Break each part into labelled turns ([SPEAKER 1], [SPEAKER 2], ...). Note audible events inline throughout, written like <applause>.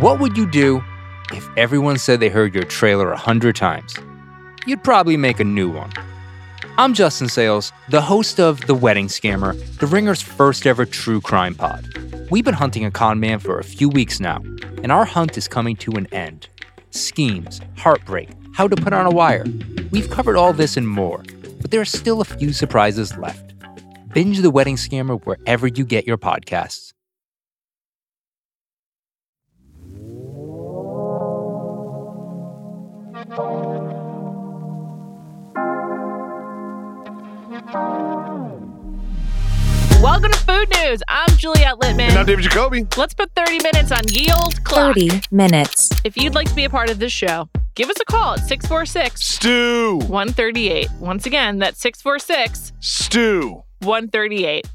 [SPEAKER 1] What would you do if everyone said they heard your trailer a hundred times? You'd probably make a new one. I'm Justin Sales, the host of The Wedding Scammer, the Ringer's first ever true crime pod. We've been hunting a con man for a few weeks now, and our hunt is coming to an end. Schemes, heartbreak, how to put on a wire. We've covered all this and more, but there are still a few surprises left. Binge The Wedding Scammer wherever you get your podcasts.
[SPEAKER 2] Welcome to Food News. I'm Juliette Littman.
[SPEAKER 3] And I'm David Jacoby.
[SPEAKER 2] Let's put 30 minutes on Yield Clock.
[SPEAKER 4] 30 minutes.
[SPEAKER 2] If you'd like to be a part of this show, give us a call at 646
[SPEAKER 3] Stew.
[SPEAKER 2] 138. Once again, that's 646 <laughs>
[SPEAKER 3] Stew.
[SPEAKER 2] 138.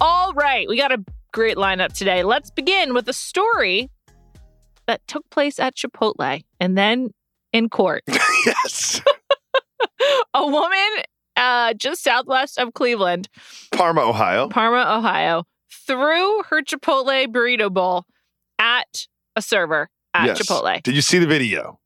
[SPEAKER 2] All right, we got a great lineup today. Let's begin with a story that took place at Chipotle and then in court. <laughs>
[SPEAKER 3] Yes.
[SPEAKER 2] a woman uh, just southwest of Cleveland
[SPEAKER 3] Parma, Ohio.
[SPEAKER 2] Parma, Ohio, threw her Chipotle burrito bowl at a server at
[SPEAKER 3] Yes.
[SPEAKER 2] Chipotle.
[SPEAKER 3] Did you see the video?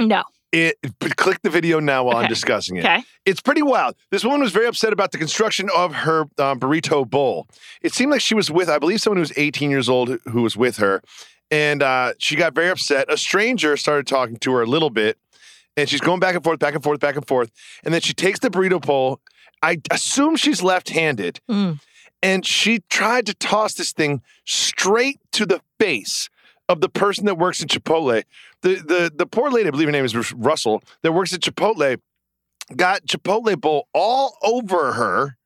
[SPEAKER 2] No.
[SPEAKER 3] It but click the video now while
[SPEAKER 2] Okay.
[SPEAKER 3] I'm discussing it.
[SPEAKER 2] Okay.
[SPEAKER 3] It's pretty wild. This woman was very upset about the construction of her um, burrito bowl. It seemed like she was with, I believe, someone who was 18 years old who was with her, and uh, she got very upset. A stranger started talking to her a little bit, and she's going back and forth, back and forth, back and forth, and then she takes the burrito bowl. I assume she's left-handed,
[SPEAKER 2] Mm.
[SPEAKER 3] and she tried to toss this thing straight to the face of the person that works at Chipotle. The the the poor lady, I believe her name is Russell, that works at Chipotle, got Chipotle bowl all over her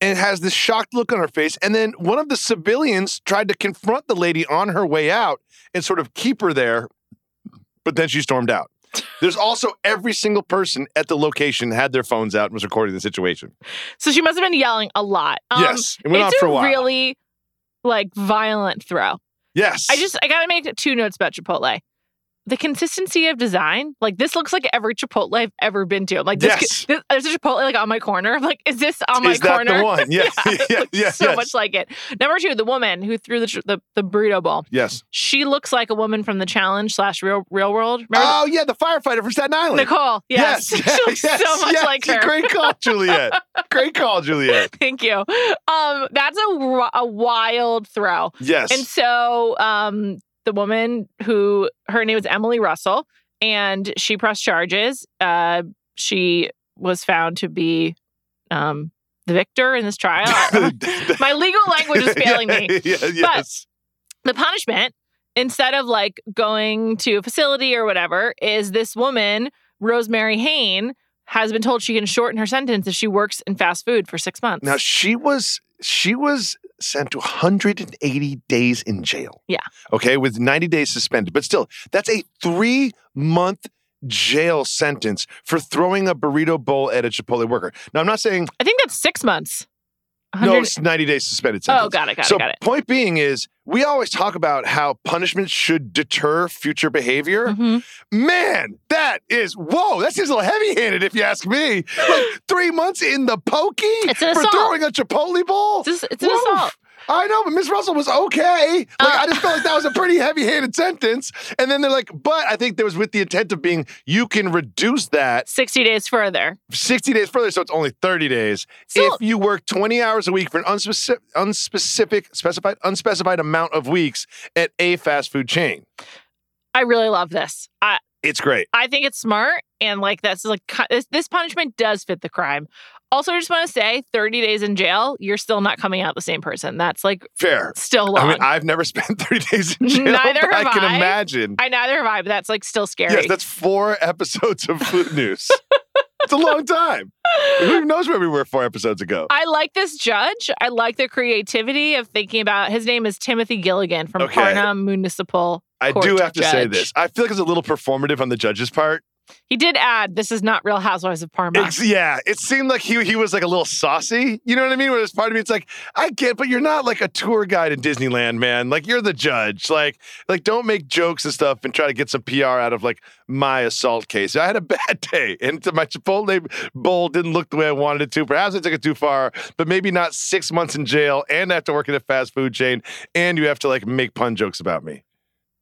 [SPEAKER 3] and has this shocked look on her face. And then one of the civilians tried to confront the lady on her way out and sort of keep her there, but then she
[SPEAKER 2] <laughs>
[SPEAKER 3] stormed out. There's also every single person at the location had their phones out and was recording the situation.
[SPEAKER 2] So she must have been yelling a lot. Um,
[SPEAKER 3] yes, it went on
[SPEAKER 2] it's
[SPEAKER 3] for a
[SPEAKER 2] a
[SPEAKER 3] while.
[SPEAKER 2] really like violent throw.
[SPEAKER 3] yes,
[SPEAKER 2] I just I gotta make two notes about Chipotle. The consistency of design, like this looks like every Chipotle I've ever been to. I'm like this,
[SPEAKER 3] Yes.
[SPEAKER 2] this there's a Chipotle like on my corner. I'm like, is this on my
[SPEAKER 3] is that
[SPEAKER 2] corner? <laughs>
[SPEAKER 3] the one? Yes,
[SPEAKER 2] Yeah,
[SPEAKER 3] yes, yes, yes.
[SPEAKER 2] so much like it. Number two, the woman who threw the tr- the, the burrito bowl.
[SPEAKER 3] yes.
[SPEAKER 2] She looks like a woman from the challenge slash real real world. Remember
[SPEAKER 3] Oh yeah, the firefighter from Staten Island.
[SPEAKER 2] Nicole? Yes. <laughs> she looks
[SPEAKER 3] yes,
[SPEAKER 2] so much
[SPEAKER 3] yes.
[SPEAKER 2] like her. <laughs>
[SPEAKER 3] Great call, Juliet. Great call, Juliet.
[SPEAKER 2] Thank you. Um, that's a wi- a wild throw.
[SPEAKER 3] Yes.
[SPEAKER 2] And so um, the woman who her name was Emily Russell, and she pressed charges. Uh, she was found to be um, the victor in this trial.
[SPEAKER 3] <laughs>
[SPEAKER 2] My legal language is failing me.
[SPEAKER 3] Yeah, yes.
[SPEAKER 2] The punishment, instead of like going to a facility or whatever, is this woman, Rosemary Hain, has been told she can shorten her sentence if she works in fast food for six months.
[SPEAKER 3] now she was she was sent to 180 days in jail.
[SPEAKER 2] Yeah.
[SPEAKER 3] Okay, with 90 days suspended. But still, that's a three month jail sentence for throwing a burrito bowl at a Chipotle worker. Now I'm not saying
[SPEAKER 2] I think that's six months.
[SPEAKER 3] no,
[SPEAKER 2] 100
[SPEAKER 3] it's 90 days suspended sentence.
[SPEAKER 2] oh, got it, got
[SPEAKER 3] so
[SPEAKER 2] it, got it.
[SPEAKER 3] point being is we always talk about how punishment should deter future behavior
[SPEAKER 2] Mhm.
[SPEAKER 3] man that is whoa that seems a little heavy-handed if you ask me like three months in the pokey
[SPEAKER 2] It's an
[SPEAKER 3] for
[SPEAKER 2] assault.
[SPEAKER 3] throwing a chipotle ball
[SPEAKER 2] It's, a- it's an
[SPEAKER 3] Woof.
[SPEAKER 2] assault.
[SPEAKER 3] I know, but Miss Russell was okay. Like
[SPEAKER 2] Uh,
[SPEAKER 3] I just felt like that was a pretty heavy-handed sentence. And then they're like, but I think that was with the intent of being you can reduce that
[SPEAKER 2] 60 days further.
[SPEAKER 3] 60 days further, so it's only 30 days
[SPEAKER 2] Still,
[SPEAKER 3] if you work 20 hours a week for an unspecific, unspecific specified unspecified amount of weeks at a fast food chain
[SPEAKER 2] I really love this. I,
[SPEAKER 3] it's great
[SPEAKER 2] I think it's smart. And like, that's like, ki- this, this punishment does fit the crime. Also, I just want to say 30 days in jail, you're still not coming out the same person. That's like
[SPEAKER 3] fair
[SPEAKER 2] still long.
[SPEAKER 3] i
[SPEAKER 2] I,
[SPEAKER 3] mean i've never <laughs> spent 30 days in jail
[SPEAKER 2] Neither
[SPEAKER 3] but i
[SPEAKER 2] have
[SPEAKER 3] can
[SPEAKER 2] I.
[SPEAKER 3] imagine
[SPEAKER 2] neither have I, but that's like still scary.
[SPEAKER 3] yes that's four <laughs> episodes of food news it's a long time
[SPEAKER 2] <laughs>
[SPEAKER 3] who knows where we were four episodes ago
[SPEAKER 2] I like this judge. I like the creativity of thinking about his name is Timothy Gilligan from
[SPEAKER 3] Okay.
[SPEAKER 2] Parnham Municipal.
[SPEAKER 3] i
[SPEAKER 2] court
[SPEAKER 3] do have to say
[SPEAKER 2] judge.
[SPEAKER 3] this i feel like it's a little performative on the judge's part
[SPEAKER 2] He did add, this is not Real Housewives of Parma.
[SPEAKER 3] Ex- yeah, it seemed like he he was like a little saucy. You know what I mean? Where it's part of me, it's like I get, but you're not like a tour guide in Disneyland, man. Like you're the judge. Like like don't make jokes and stuff and try to get some PR out of like my assault case. I had a <laughs> bad day, and to my Chipotle bowl didn't look the way I wanted it to. Perhaps I took it too far, but maybe not six months in jail and I have to work at a fast food chain and you have to like make pun jokes about me.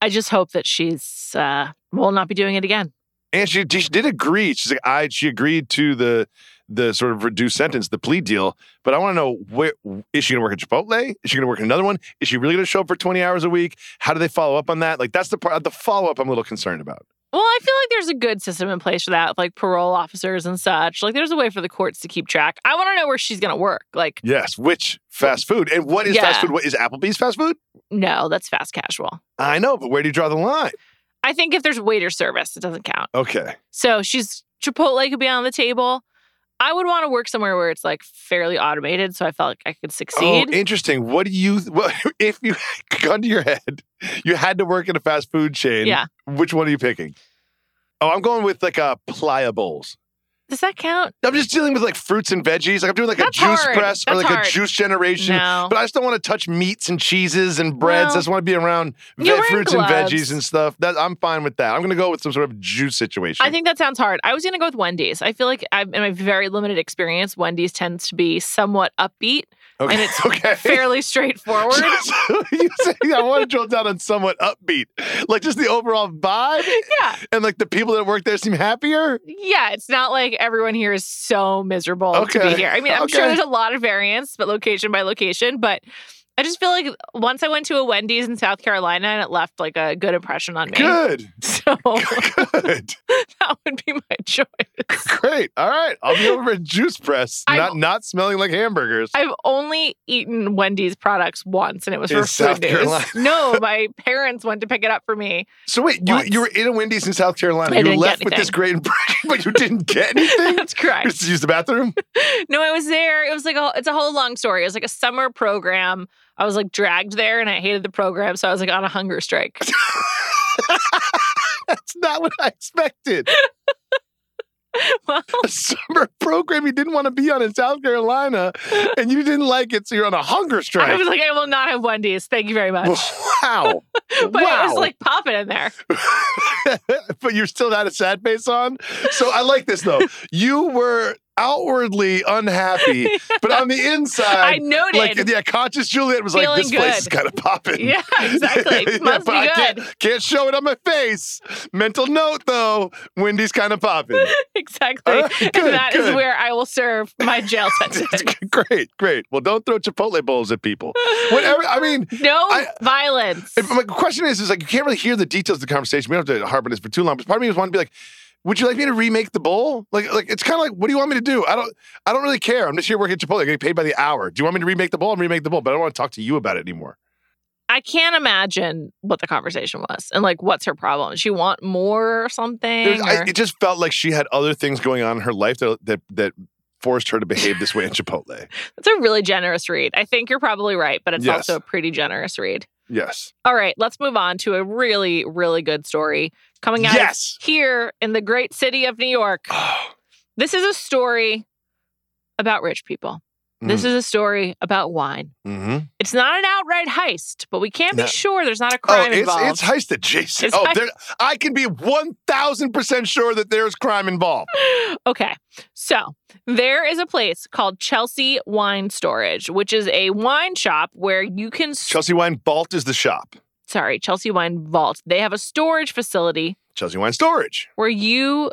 [SPEAKER 2] I just hope that she's uh, will not be doing it again.
[SPEAKER 3] And she, she did agree. She's like, I she agreed to the the sort of reduced sentence, the plea deal. But I want to know where is she going to work at Chipotle? Is she going to work at another one? Is she really going to show up for twenty hours a week? How do they follow up on that? Like that's the part the follow up I'm a little concerned about.
[SPEAKER 2] Well, I feel like there's a good system in place for that, with, like parole officers and such. Like there's a way for the courts to keep track. I want to know where she's going to work. Like
[SPEAKER 3] Yes, which fast food and what is
[SPEAKER 2] Yeah.
[SPEAKER 3] fast food? What is Applebee's fast food?
[SPEAKER 2] no, that's fast casual.
[SPEAKER 3] I know, but where do you draw the line?
[SPEAKER 2] I think if there's waiter service, it doesn't count.
[SPEAKER 3] Okay,
[SPEAKER 2] So she's Chipotle could be on the table. I would want to work somewhere where it's like fairly automated, so I felt like I could succeed.
[SPEAKER 3] Oh, interesting. What do you, well, <laughs> if you gun to your head, you had to work in a fast food chain.
[SPEAKER 2] Yeah.
[SPEAKER 3] Which one are you picking? Oh, I'm going with like a pliables.
[SPEAKER 2] Does that count?
[SPEAKER 3] I'm just dealing with like fruits and veggies. Like I'm doing like
[SPEAKER 2] That's
[SPEAKER 3] a juice
[SPEAKER 2] hard.
[SPEAKER 3] press or
[SPEAKER 2] That's
[SPEAKER 3] like
[SPEAKER 2] hard.
[SPEAKER 3] a juice generation.
[SPEAKER 2] No.
[SPEAKER 3] But I just don't want to touch meats and cheeses and breads.
[SPEAKER 2] Well,
[SPEAKER 3] I just want to be around
[SPEAKER 2] you're
[SPEAKER 3] ve-
[SPEAKER 2] wearing
[SPEAKER 3] fruits and
[SPEAKER 2] gloves.
[SPEAKER 3] veggies and stuff. That I'm fine with that. I'm going to go with some sort of juice situation.
[SPEAKER 2] I think that sounds hard. I was going to go with Wendy's. I feel like i in my very limited experience, Wendy's tends to be somewhat
[SPEAKER 3] <laughs>
[SPEAKER 2] upbeat,
[SPEAKER 3] okay.
[SPEAKER 2] and it's
[SPEAKER 3] okay.
[SPEAKER 2] fairly
[SPEAKER 3] <laughs>
[SPEAKER 2] straightforward.
[SPEAKER 3] So you say I want to drill down on somewhat upbeat, like just the overall vibe,
[SPEAKER 2] yeah.
[SPEAKER 3] and like the people that work there seem happier.
[SPEAKER 2] Yeah, it's not like everyone here is so miserable to
[SPEAKER 3] Okay.
[SPEAKER 2] be here. I mean, I'm sure
[SPEAKER 3] Okay.
[SPEAKER 2] there's a lot of variance, but location by location. But I just feel like once I went to a Wendy's in South Carolina and it left like a good impression on me.
[SPEAKER 3] Good, <laughs>
[SPEAKER 2] <laughs> So
[SPEAKER 3] good,
[SPEAKER 2] that would be my <laughs> choice.
[SPEAKER 3] great. All right, I'll be over at Juice Press,
[SPEAKER 2] I'm-
[SPEAKER 3] not not smelling like hamburgers.
[SPEAKER 2] I've only eaten Wendy's products once, and it was for
[SPEAKER 3] In
[SPEAKER 2] food
[SPEAKER 3] South
[SPEAKER 2] news.
[SPEAKER 3] Carolina.
[SPEAKER 2] <laughs> No, my parents went to pick it up for me.
[SPEAKER 3] so wait, you,
[SPEAKER 2] Once.
[SPEAKER 3] you were in a Wendy's in South Carolina.
[SPEAKER 2] I
[SPEAKER 3] You
[SPEAKER 2] didn't get
[SPEAKER 3] left with this
[SPEAKER 2] anything.
[SPEAKER 3] great impression, but you didn't get
[SPEAKER 2] <laughs>
[SPEAKER 3] anything.
[SPEAKER 2] That's correct.
[SPEAKER 3] <laughs> Just use the
[SPEAKER 2] <laughs>
[SPEAKER 3] bathroom.
[SPEAKER 2] No, I was there. It was like a, it's a whole long story. It was like a summer program. I was like dragged there, and I hated the program, so I was like on a hunger strike.
[SPEAKER 3] That's not what I expected.
[SPEAKER 2] <laughs> well,
[SPEAKER 3] A summer program you didn't want to be on in South Carolina, and you didn't like it, so you're on a hunger strike.
[SPEAKER 2] <laughs> I was like, I will not have Wendy's. Thank you very much.
[SPEAKER 3] <laughs> Wow.
[SPEAKER 2] <laughs> but
[SPEAKER 3] wow.
[SPEAKER 2] it was like popping in there.
[SPEAKER 3] <laughs> but you're still not a sad face on. So I like this though. You were outwardly unhappy, but on the
[SPEAKER 2] <laughs> I
[SPEAKER 3] inside,
[SPEAKER 2] noted.
[SPEAKER 3] uh, like yeah, conscious Juliet was like,
[SPEAKER 2] Feeling
[SPEAKER 3] this place
[SPEAKER 2] good.
[SPEAKER 3] is kind of
[SPEAKER 2] <laughs>
[SPEAKER 3] popping.
[SPEAKER 2] yeah,
[SPEAKER 3] <laughs>
[SPEAKER 2] exactly.
[SPEAKER 3] Yeah,
[SPEAKER 2] Must
[SPEAKER 3] but I
[SPEAKER 2] be good. <laughs>
[SPEAKER 3] can't, can't show it on my face. Mental note though, Wendy's kind of popping.
[SPEAKER 2] <laughs>
[SPEAKER 3] <laughs>
[SPEAKER 2] Exactly.
[SPEAKER 3] All right, Uh, good,
[SPEAKER 2] and that is
[SPEAKER 3] good.
[SPEAKER 2] where I will serve my
[SPEAKER 3] <laughs>
[SPEAKER 2] jail
[SPEAKER 3] That's
[SPEAKER 2] sentence.
[SPEAKER 3] g- great, great. Well, don't throw Chipotle bowls at people. Whatever. I mean,
[SPEAKER 2] no
[SPEAKER 3] I-
[SPEAKER 2] violence.
[SPEAKER 3] if- my question is, is like you can't really hear the details of the conversation. We don't have to harp on this for too long. But part of me just wanted to be like, would you like me to remake the bowl? Like, like it's kind of like, what do you want me to do? I don't, I don't really care. I'm just here working at Chipotle, getting paid by the hour. Do you want me to remake the bowl? I'm remake the bowl, but I don't want to talk to you about it anymore.
[SPEAKER 2] I can't imagine what the conversation was and like what's her problem. Does she want more or something?
[SPEAKER 3] There's- I-
[SPEAKER 2] or-
[SPEAKER 3] it just felt like she had other things going on in her life that that, that forced her to behave this way at Chipotle.
[SPEAKER 2] That's a really generous read. I think you're probably right, but it's
[SPEAKER 3] Yes.
[SPEAKER 2] also a pretty generous read.
[SPEAKER 3] Yes,
[SPEAKER 2] All right, let's move on to a really, really good story coming out of <gasps>
[SPEAKER 3] yes.
[SPEAKER 2] here in the great city of New York. This is a story about rich people. This
[SPEAKER 3] Mm.
[SPEAKER 2] is a story about wine.
[SPEAKER 3] hmm
[SPEAKER 2] It's not an outright heist, but we can't
[SPEAKER 3] No.
[SPEAKER 2] be sure there's not a
[SPEAKER 3] Oh,
[SPEAKER 2] crime
[SPEAKER 3] it's
[SPEAKER 2] involved.
[SPEAKER 3] it's heist adjacent.
[SPEAKER 2] It's
[SPEAKER 3] oh,
[SPEAKER 2] heist-
[SPEAKER 3] there, I can be one thousand percent sure that there's crime involved.
[SPEAKER 2] Okay. So there is a place called Chelsea Wine Storage, which is a wine shop where you can. s-
[SPEAKER 3] Chelsea Wine Vault is the shop.
[SPEAKER 2] sorry, Chelsea Wine Vault. They have a storage facility
[SPEAKER 3] Chelsea Wine Storage.
[SPEAKER 2] where you.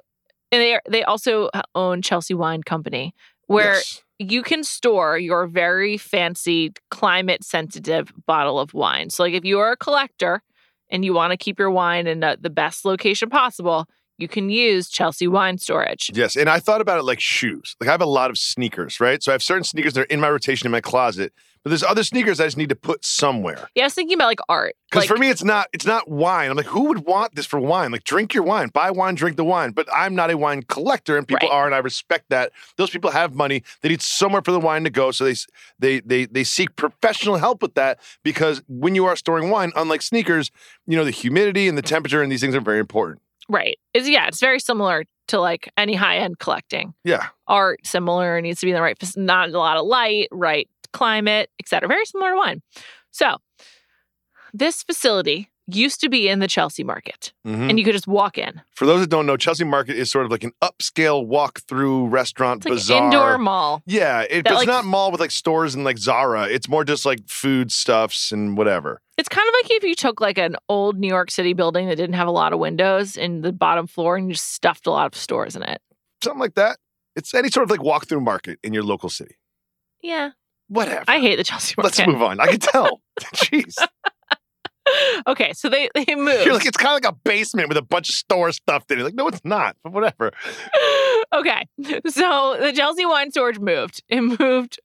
[SPEAKER 2] And they, they also own Chelsea Wine Company, where
[SPEAKER 3] Yes.
[SPEAKER 2] you can store your very fancy climate sensitive bottle of wine. So like if you are a collector and you want to keep your wine in uh, the best location possible, you can use Chelsea wine storage.
[SPEAKER 3] Yes, and I thought about it like shoes. Like I have a lot of sneakers, right? So I have certain sneakers that are in my rotation in my closet, but there's other sneakers I just need to put somewhere.
[SPEAKER 2] Yeah, I was thinking about like art.
[SPEAKER 3] Because
[SPEAKER 2] Like
[SPEAKER 3] for me, it's not it's not wine. I'm like, who would want this for wine? Like, drink your wine, buy wine, drink the wine. But I'm not a wine collector, and people
[SPEAKER 2] Right.
[SPEAKER 3] are, and I respect that. Those people have money; they need somewhere for the wine to go, so they s- they they they seek professional help with that. Because when you are storing wine, unlike sneakers, you know the humidity and the temperature and these things are very important.
[SPEAKER 2] right. It's yeah, it's very similar to like any high end collecting.
[SPEAKER 3] Yeah,
[SPEAKER 2] Art similar needs to be in the right fac- not a lot of light, right climate, etc. Very similar to wine. So, this facility used to be in the Chelsea market,
[SPEAKER 3] Mhm.
[SPEAKER 2] and you could just walk in.
[SPEAKER 3] For those that don't know, Chelsea Market is sort of like an upscale walk-through restaurant
[SPEAKER 2] It's like
[SPEAKER 3] bazaar.
[SPEAKER 2] an indoor mall.
[SPEAKER 3] Yeah, it,
[SPEAKER 2] That,
[SPEAKER 3] but it's
[SPEAKER 2] like-
[SPEAKER 3] not mall with like stores and like Zara. It's more just like food stuffs and whatever.
[SPEAKER 2] It's kind of like if you took like an old New York City building that didn't have a lot of windows in the bottom floor and you just stuffed a lot of stores in it.
[SPEAKER 3] Something like that. It's any sort of like walk-through market in your local city.
[SPEAKER 2] Yeah,
[SPEAKER 3] Whatever.
[SPEAKER 2] I hate the Chelsea market.
[SPEAKER 3] Let's move on. I
[SPEAKER 2] <laughs>
[SPEAKER 3] can tell. Jeez.
[SPEAKER 2] okay, so they they moved.
[SPEAKER 3] <laughs> You're like, it's kind of like a basement with a bunch of store stuffed in it. Like, no, it's not, but whatever.
[SPEAKER 2] okay. So the Chelsea wine storage moved. It moved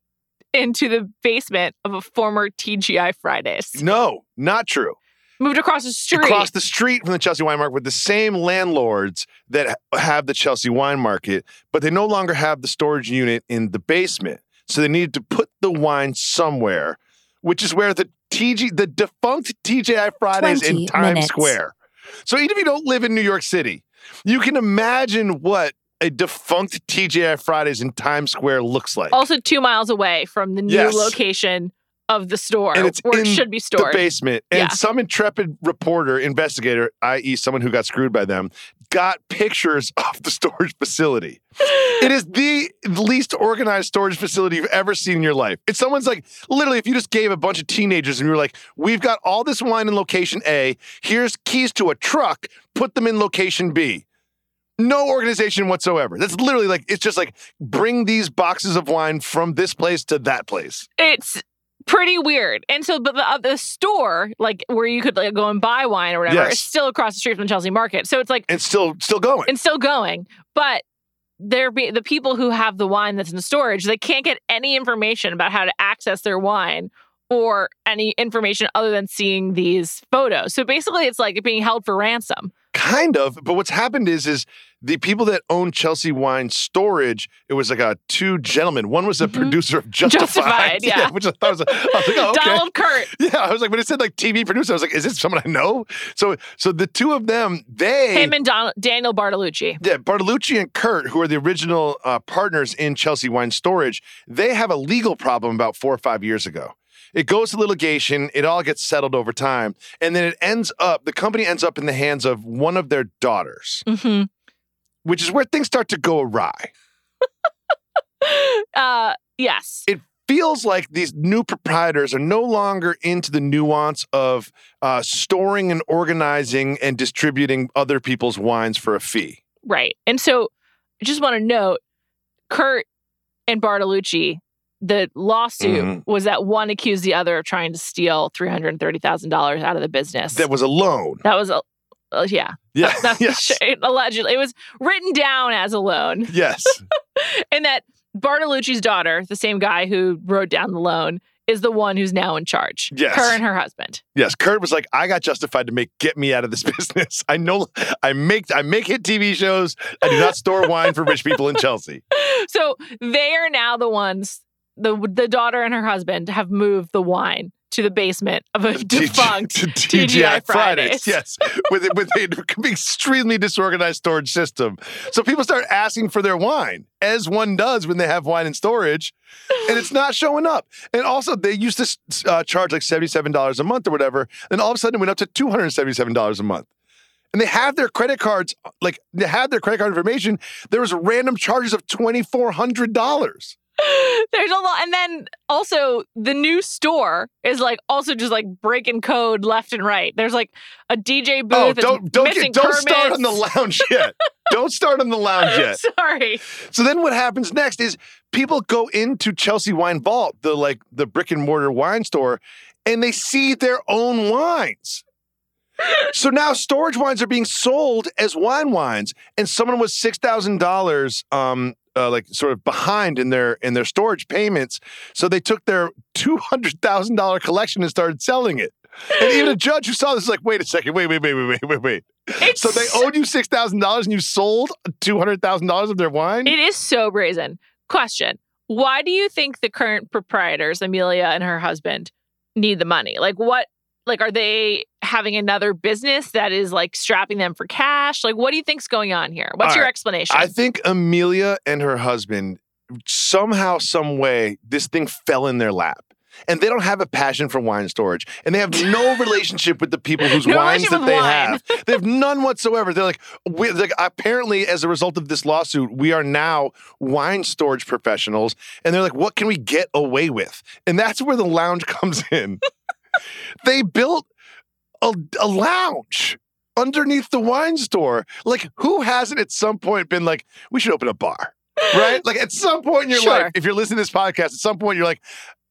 [SPEAKER 2] into the basement of a former TGI Fridays.
[SPEAKER 3] No, not true.
[SPEAKER 2] Moved across the street.
[SPEAKER 3] Across the street from the Chelsea Wine Market with the same landlords that ha- have the Chelsea Wine Market, but they no longer have the storage unit in the basement. So they needed to put the wine somewhere, which is where the TG, the defunct TGI Fridays in
[SPEAKER 4] 20
[SPEAKER 3] Times
[SPEAKER 4] minutes.
[SPEAKER 3] Square. So even if you don't live in New York City, you can imagine what a defunct TGI Fridays in Times Square looks like.
[SPEAKER 2] also two miles away from the new
[SPEAKER 3] Yes.
[SPEAKER 2] location of the store
[SPEAKER 3] And it's
[SPEAKER 2] where it
[SPEAKER 3] in
[SPEAKER 2] should be stored.
[SPEAKER 3] the basement. And
[SPEAKER 2] Yeah.
[SPEAKER 3] some intrepid reporter, investigator, i.e., someone who got screwed by them, got pictures <laughs> of the storage facility. It is the least organized storage facility you've ever seen in your life. It's someone's like, literally, if you just gave a bunch of teenagers and you were like, we've got all this wine in location A, here's keys to a truck, put them in location B. No organization whatsoever. That's literally like, it's just like, bring these boxes of wine from this place to that place.
[SPEAKER 2] it's pretty weird. And so, but the, uh, the store, like where you could like go and buy wine or whatever,
[SPEAKER 3] Yes.
[SPEAKER 2] is still across the street from the Chelsea Market. So it's like
[SPEAKER 3] And still, still going.
[SPEAKER 2] and still going, but there be the people who have the wine that's in storage, they can't get any information about how to access their wine or any information other than seeing these photos. So basically, it's like being held for ransom.
[SPEAKER 3] Kind of, but what's happened is is the people that own Chelsea Wine Storage. It was like a two gentlemen. One was a
[SPEAKER 2] Mhm.
[SPEAKER 3] producer of Justified, <laughs>
[SPEAKER 2] Justified, yeah.
[SPEAKER 3] which I thought was. I was like, oh, okay.
[SPEAKER 2] Donald Kurt.
[SPEAKER 3] <laughs> Yeah, I was like, when it said like TV producer, I was like, is this someone I know? So, so the two of them, they
[SPEAKER 2] Him and Don- Daniel Bartolucci.
[SPEAKER 3] yeah, Bartolucci and Kurt, who are the original uh, partners in Chelsea Wine Storage, they have a legal problem about four or five years ago. It goes to litigation, it all gets settled over time, and then it ends up, the company ends up in the hands of one of their daughters,
[SPEAKER 2] Mm-hmm.
[SPEAKER 3] which is where things start to go awry.
[SPEAKER 2] <laughs> Uh, yes.
[SPEAKER 3] Feels like these new proprietors are no longer into the nuance of uh, storing and organizing and distributing other people's wines for a fee.
[SPEAKER 2] Right. And so I just want to note Kurt and Bartolucci, the lawsuit
[SPEAKER 3] Mhm.
[SPEAKER 2] was that one accused the other of trying to steal $330,000 out of the business.
[SPEAKER 3] That was a loan.
[SPEAKER 2] That was a, uh, yeah.
[SPEAKER 3] Yeah.
[SPEAKER 2] <laughs> That's
[SPEAKER 3] yes.
[SPEAKER 2] <laughs> allegedly. It was written down as a loan,
[SPEAKER 3] Yes.
[SPEAKER 2] and that Bartolucci's daughter, the same guy who wrote down the loan, is the one who's now in charge.
[SPEAKER 3] Yes.
[SPEAKER 2] her and her husband.
[SPEAKER 3] Yes, Kurt was like, I got justified to make get me out of this <laughs> business. I know I make I make hit TV shows. I do not store wine for rich people in Chelsea.
[SPEAKER 2] So they are now the ones. the The daughter and her husband have moved the wine to the basement of
[SPEAKER 3] <laughs>
[SPEAKER 2] a defunct. TGI Fridays.
[SPEAKER 3] Yes. With it with an extremely disorganized storage system. So people start asking for their wine, as one does when they have wine in storage, and it's not showing up. And also they used to uh, charge like $77 a month or whatever, and all of a sudden it went up to $277 a month. And they have their credit cards, like they have their credit card information. There was random charges of twenty four hundred dollars.
[SPEAKER 2] <laughs> There's a lot, and then also the new store is like also just like breaking code left and right. There's like a DJ booth.
[SPEAKER 3] Oh,
[SPEAKER 2] that's
[SPEAKER 3] don't don't
[SPEAKER 2] missing
[SPEAKER 3] get, don't start
[SPEAKER 2] permits.
[SPEAKER 3] on the
[SPEAKER 2] <laughs>
[SPEAKER 3] lounge yet. don't start on the lounge yet.
[SPEAKER 2] Sorry.
[SPEAKER 3] So then what happens next is people go into Chelsea Wine Vault, the like the brick and mortar wine store, and they see their own
[SPEAKER 2] <laughs>
[SPEAKER 3] wines. so now storage wines are being sold as wine wines, and someone was six thousand dollars, um, uh, like sort of behind in their in their storage payments. So they took their two hundred thousand dollar collection and started selling it. And
[SPEAKER 2] <laughs>
[SPEAKER 3] even a judge who saw this was like, wait a second, wait, wait, wait, wait, wait, wait, wait.
[SPEAKER 2] It's
[SPEAKER 3] So they owed you six thousand dollars, and you sold two hundred thousand dollars of their wine.
[SPEAKER 2] It is so brazen. Question Why do you think the current proprietors, Amelia and her husband, need the money? Like, what? Like, are they having another business that is like strapping them for cash? Like, what do you think's going on here? What's
[SPEAKER 3] All
[SPEAKER 2] your
[SPEAKER 3] right.
[SPEAKER 2] explanation?
[SPEAKER 3] I think Amelia and her husband somehow, some way, this thing fell in their lap. and they don't have a passion for wine storage,
[SPEAKER 2] <laughs>
[SPEAKER 3] and they have no relationship with the people whose
[SPEAKER 2] No
[SPEAKER 3] wines
[SPEAKER 2] relationship
[SPEAKER 3] that
[SPEAKER 2] with
[SPEAKER 3] they
[SPEAKER 2] wine.
[SPEAKER 3] have. They have none whatsoever. They're like, we, like apparently, as a result of this lawsuit, we are now wine storage professionals, and they're like, what can we get away with? And that's where the lounge <laughs> comes in. they built a, a lounge underneath the wine store. Like, who hasn't at some point been like, we should open a bar, right? Like, at some point in your
[SPEAKER 2] Sure.
[SPEAKER 3] life, if you're listening to this podcast, at some point you're like,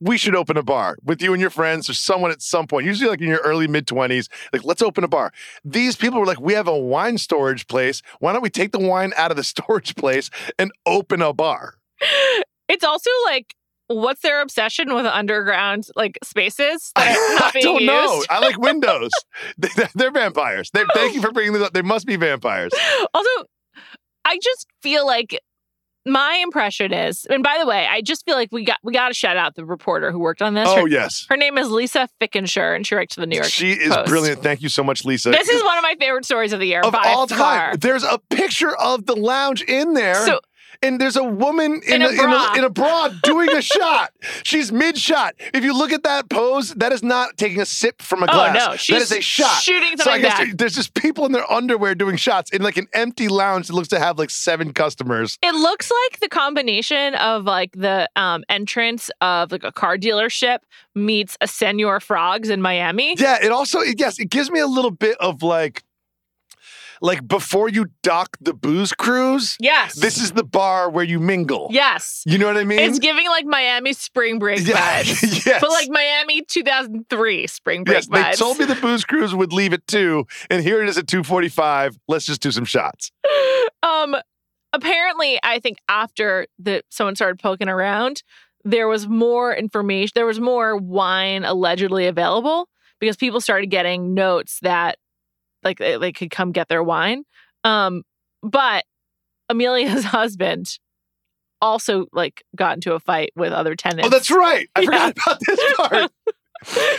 [SPEAKER 3] we should open a bar with you and your friends or someone at some point, usually like in your early mid 20s. Like, let's open a bar. These people were like, we have a wine storage place. Why don't we take the wine out of the <laughs> storage place and open a bar?
[SPEAKER 2] <laughs> It's also like, what's their obsession with underground like spaces <laughs> that are
[SPEAKER 3] <laughs> I
[SPEAKER 2] not being
[SPEAKER 3] don't
[SPEAKER 2] used?
[SPEAKER 3] know. I like windows. <laughs> They- They're vampires. They, thank you for bringing this up. They must be vampires.
[SPEAKER 2] Also, I just feel like my impression is, and by the way, I just feel like we got we got to shout out the reporter who worked on this.
[SPEAKER 3] oh,
[SPEAKER 2] her,
[SPEAKER 3] yes.
[SPEAKER 2] her name is Lisa Fickenshire, and she writes for the New York.
[SPEAKER 3] She is
[SPEAKER 2] Post.
[SPEAKER 3] brilliant. Thank you so much, Lisa.
[SPEAKER 2] This
[SPEAKER 3] <laughs>
[SPEAKER 2] is one of my favorite stories of the year
[SPEAKER 3] of
[SPEAKER 2] by
[SPEAKER 3] all
[SPEAKER 2] far.
[SPEAKER 3] time. There's a picture of the lounge in there.
[SPEAKER 2] So
[SPEAKER 3] and there's a woman
[SPEAKER 2] In
[SPEAKER 3] in,
[SPEAKER 2] a
[SPEAKER 3] a, in,
[SPEAKER 2] bra.
[SPEAKER 3] a, in
[SPEAKER 2] <laughs>
[SPEAKER 3] a bra doing a shot. She's mid shot. If you look at that pose, that is not taking a sip from a
[SPEAKER 2] oh
[SPEAKER 3] glass.
[SPEAKER 2] no, she's
[SPEAKER 3] that is a shot.
[SPEAKER 2] shooting
[SPEAKER 3] so I
[SPEAKER 2] something
[SPEAKER 3] guess
[SPEAKER 2] back.
[SPEAKER 3] there- there's just people in their underwear doing shots in like an empty lounge that looks to have like seven customers.
[SPEAKER 2] It looks like the combination of like the um, entrance of like a car dealership meets a Senor Frogs in Miami.
[SPEAKER 3] Yeah, it also it- yes, it gives me a little bit of like like before you dock the booze cruise,
[SPEAKER 2] Yes.
[SPEAKER 3] this is the bar where you mingle.
[SPEAKER 2] yes.
[SPEAKER 3] You know what I mean?
[SPEAKER 2] It's giving like Miami spring break
[SPEAKER 3] Yeah,
[SPEAKER 2] vibes.
[SPEAKER 3] <laughs> yes.
[SPEAKER 2] But like Miami 2003 spring break
[SPEAKER 3] Yes, they
[SPEAKER 2] vibes.
[SPEAKER 3] told me the booze cruise would leave at two, and here it is at two forty-five. Let's just do some shots.
[SPEAKER 2] <laughs> um apparently I think after the someone started poking around, there was more information there was more wine allegedly available because people started getting notes that like they, they could come get their wine. Um but Amelia's <laughs> husband also like got into a fight with other tenants. <laughs>
[SPEAKER 3] Oh, that's right. I
[SPEAKER 2] Yeah.
[SPEAKER 3] forgot about this
[SPEAKER 2] <laughs>
[SPEAKER 3] part.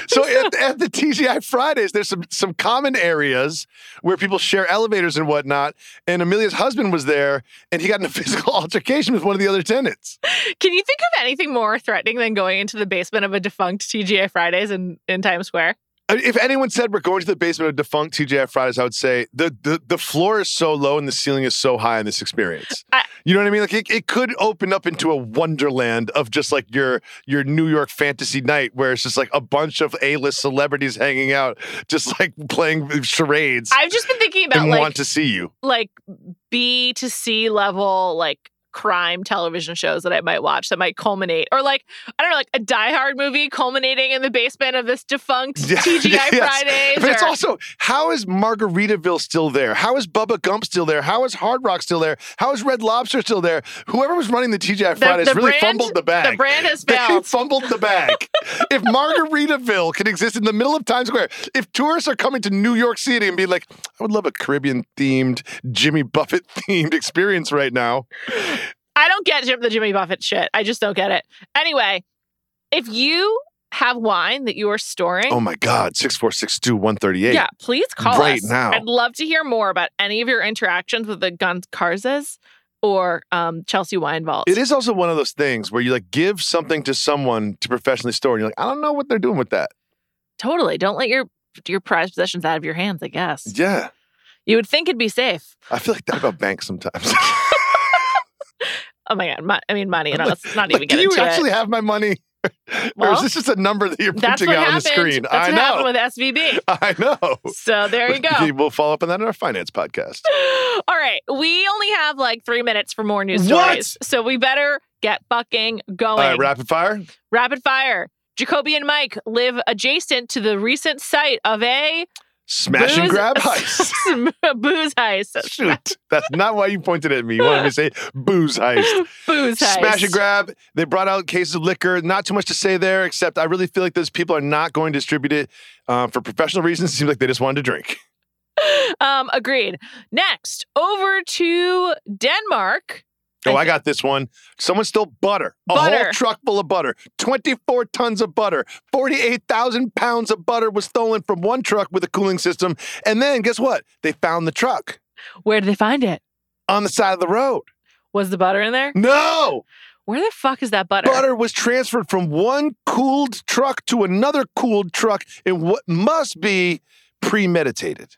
[SPEAKER 3] so at, at the TGI Fridays, there's some some common areas where people share elevators and whatnot. And Amelia's husband was there, and he got in a <laughs> physical altercation with one of the other tenants.
[SPEAKER 2] Can you think of anything more threatening than going into the basement of a defunct TGA Fridays in, in Times Square?
[SPEAKER 3] I mean, If anyone said we're going to the basement of defunct TGI Fridays, I would say the the, the floor is so low and the ceiling is so high in this experience.
[SPEAKER 2] I-
[SPEAKER 3] you know what I mean? Like it, it could open up into a wonderland of just like your your New York fantasy night where it's just like a bunch of A list celebrities hanging out, just like playing charades
[SPEAKER 2] I've just been thinking about
[SPEAKER 3] and
[SPEAKER 2] like
[SPEAKER 3] want to see you.
[SPEAKER 2] like B to C level like crime television shows that I might watch that might culminate or like I don't know like a Die Hard movie culminating in the basement of this defunct
[SPEAKER 3] Yeah,
[SPEAKER 2] TGI
[SPEAKER 3] <laughs> yes.
[SPEAKER 2] Fridays.
[SPEAKER 3] But it's
[SPEAKER 2] or-
[SPEAKER 3] also how is Margaritaville still there? How is Bubba Gump still there? How is Hard Rock still there? How is Red Lobster still there? Whoever was running the TGI Fridays
[SPEAKER 2] the
[SPEAKER 3] really
[SPEAKER 2] brand-
[SPEAKER 3] fumbled the bag.
[SPEAKER 2] the brand has
[SPEAKER 3] They
[SPEAKER 2] failed.
[SPEAKER 3] <laughs> fumbled the bag. if Margaritaville can exist in the middle of Times Square, if tourists are coming to New York City and be like, I would love a Caribbean themed, Jimmy Buffett themed <laughs> experience right now.
[SPEAKER 2] I don't get Jim, the Jimmy Buffett shit. I just don't get it. Anyway, if you have wine that you are storing,
[SPEAKER 3] Oh my God, 6462 138.
[SPEAKER 2] Yeah, please call
[SPEAKER 3] Right
[SPEAKER 2] us
[SPEAKER 3] now.
[SPEAKER 2] I'd love to hear more about any of your interactions with the Goncarzes or um, Chelsea Wine Vault.
[SPEAKER 3] It is also one of those things where you like give something to someone to professionally store, and you're like, I don't know what they're doing with that.
[SPEAKER 2] totally. Don't let your your prized possessions out of your hands. I guess
[SPEAKER 3] Yeah.
[SPEAKER 2] you would think it'd be safe.
[SPEAKER 3] I feel like that about banks sometimes. <laughs>
[SPEAKER 2] Oh my god! Mo- I mean, money. And
[SPEAKER 3] Like-
[SPEAKER 2] let's not even
[SPEAKER 3] like,
[SPEAKER 2] get
[SPEAKER 3] do you
[SPEAKER 2] into
[SPEAKER 3] actually <laughs>
[SPEAKER 2] it.
[SPEAKER 3] have my money? or is
[SPEAKER 2] Well,
[SPEAKER 3] this just a number that you're
[SPEAKER 2] That's
[SPEAKER 3] printing
[SPEAKER 2] what
[SPEAKER 3] out on the
[SPEAKER 2] happened.
[SPEAKER 3] screen?
[SPEAKER 2] That's
[SPEAKER 3] I
[SPEAKER 2] what
[SPEAKER 3] know.
[SPEAKER 2] happened with
[SPEAKER 3] <laughs> I know.
[SPEAKER 2] SVB. So there you go. <sighs>
[SPEAKER 3] We'll follow up on that in our finance podcast.
[SPEAKER 2] All right, we only have like three minutes for more news
[SPEAKER 3] What?
[SPEAKER 2] stories, so we better get fucking
[SPEAKER 3] All
[SPEAKER 2] going.
[SPEAKER 3] right, rapid fire.
[SPEAKER 2] Rapid fire. Jacoby and Mike live adjacent to the recent site of a
[SPEAKER 3] Smash and
[SPEAKER 2] booze- <laughs>
[SPEAKER 3] grab heist.
[SPEAKER 2] a booze <laughs> heist.
[SPEAKER 3] Shoot. That's not why you pointed at me. You wanted me to say booze heist.
[SPEAKER 2] <laughs> Booze heist.
[SPEAKER 3] Smash and grab. They brought out cases of liquor. Not too much to say there, except I really feel like those people are not going to distribute it uh, for professional reasons. It seems like they just wanted to drink.
[SPEAKER 2] Um, agreed. Next, over to Denmark.
[SPEAKER 3] Oh,
[SPEAKER 2] I
[SPEAKER 3] I got this one. Someone stole butter. A
[SPEAKER 2] Butter.
[SPEAKER 3] whole truck full of butter. 24 tons of butter. 48,000 pounds of butter was stolen from one truck with a cooling system. And then guess what? They found the truck
[SPEAKER 2] Where did they find it?
[SPEAKER 3] on the side of the road.
[SPEAKER 2] Was the butter in there?
[SPEAKER 3] No!
[SPEAKER 2] Where the fuck is that butter?
[SPEAKER 3] Butter was transferred from one cooled truck to another cooled truck in what must be premeditated.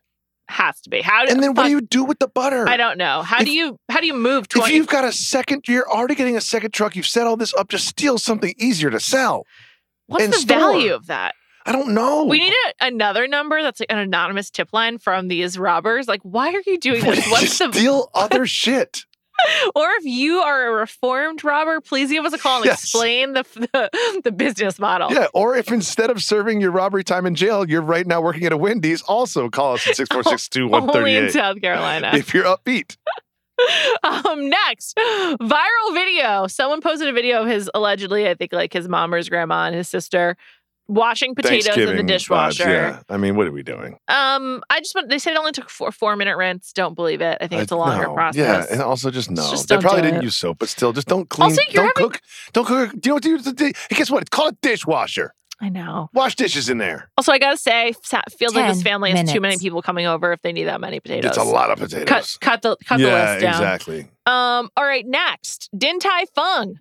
[SPEAKER 2] Has to be. How do
[SPEAKER 3] And then
[SPEAKER 2] fuck,
[SPEAKER 3] what do you do with the butter?
[SPEAKER 2] I don't know. How
[SPEAKER 3] If-
[SPEAKER 2] do you how do you move
[SPEAKER 3] If
[SPEAKER 2] twenty
[SPEAKER 3] you've got a second, you're already getting a second truck. You've set all this up. Just steal something easier to sell.
[SPEAKER 2] what's
[SPEAKER 3] in
[SPEAKER 2] the
[SPEAKER 3] store? Oh.
[SPEAKER 2] value of that?
[SPEAKER 3] I don't know.
[SPEAKER 2] We need a, another number that's like an anonymous tip line from these robbers. Like, why are you doing
[SPEAKER 3] <laughs>
[SPEAKER 2] this? What's
[SPEAKER 3] Just
[SPEAKER 2] the
[SPEAKER 3] steal other
[SPEAKER 2] <laughs>
[SPEAKER 3] shit.
[SPEAKER 2] or if you are a reformed robber, please give us a call and
[SPEAKER 3] Yes.
[SPEAKER 2] explain the, <laughs> the the business model.
[SPEAKER 3] Yeah. Or if instead of serving your robbery time in jail, you're right now working at a Wendy's, also
[SPEAKER 2] <laughs>
[SPEAKER 3] call us at 646
[SPEAKER 2] Oh, Only in
[SPEAKER 3] 2138
[SPEAKER 2] South Carolina.
[SPEAKER 3] if you're upbeat.
[SPEAKER 2] <laughs> um, next, viral video. Someone posted a video of his allegedly, I think, like his mom or his grandma and his sister washing potatoes in the
[SPEAKER 3] Thanksgiving vibes,
[SPEAKER 2] dishwasher.
[SPEAKER 3] yeah. I mean, what are we doing?
[SPEAKER 2] Um, I just want they said it only took four four minute rinse. Don't believe it. I think it's a
[SPEAKER 3] I-
[SPEAKER 2] longer
[SPEAKER 3] no.
[SPEAKER 2] process.
[SPEAKER 3] Yeah, and also just no.
[SPEAKER 2] just
[SPEAKER 3] they
[SPEAKER 2] don't
[SPEAKER 3] probably
[SPEAKER 2] do
[SPEAKER 3] didn't
[SPEAKER 2] it.
[SPEAKER 3] use soap, but still, just don't clean.
[SPEAKER 2] Also, you're
[SPEAKER 3] don't cook. Don't cook. Do you know what to do? with the di- Hey, guess what? Call it dishwasher.
[SPEAKER 2] I know.
[SPEAKER 3] Wash dishes in there.
[SPEAKER 2] Also, I gotta say, sa- feels like this
[SPEAKER 4] Ten
[SPEAKER 2] family has too many
[SPEAKER 4] minutes.
[SPEAKER 2] people coming over if they need that many potatoes.
[SPEAKER 3] It's a lot of potatoes.
[SPEAKER 2] Cut, cut the cut
[SPEAKER 3] yeah,
[SPEAKER 2] the list down.
[SPEAKER 3] exactly.
[SPEAKER 2] Um, all right, next, Din Tai Fung.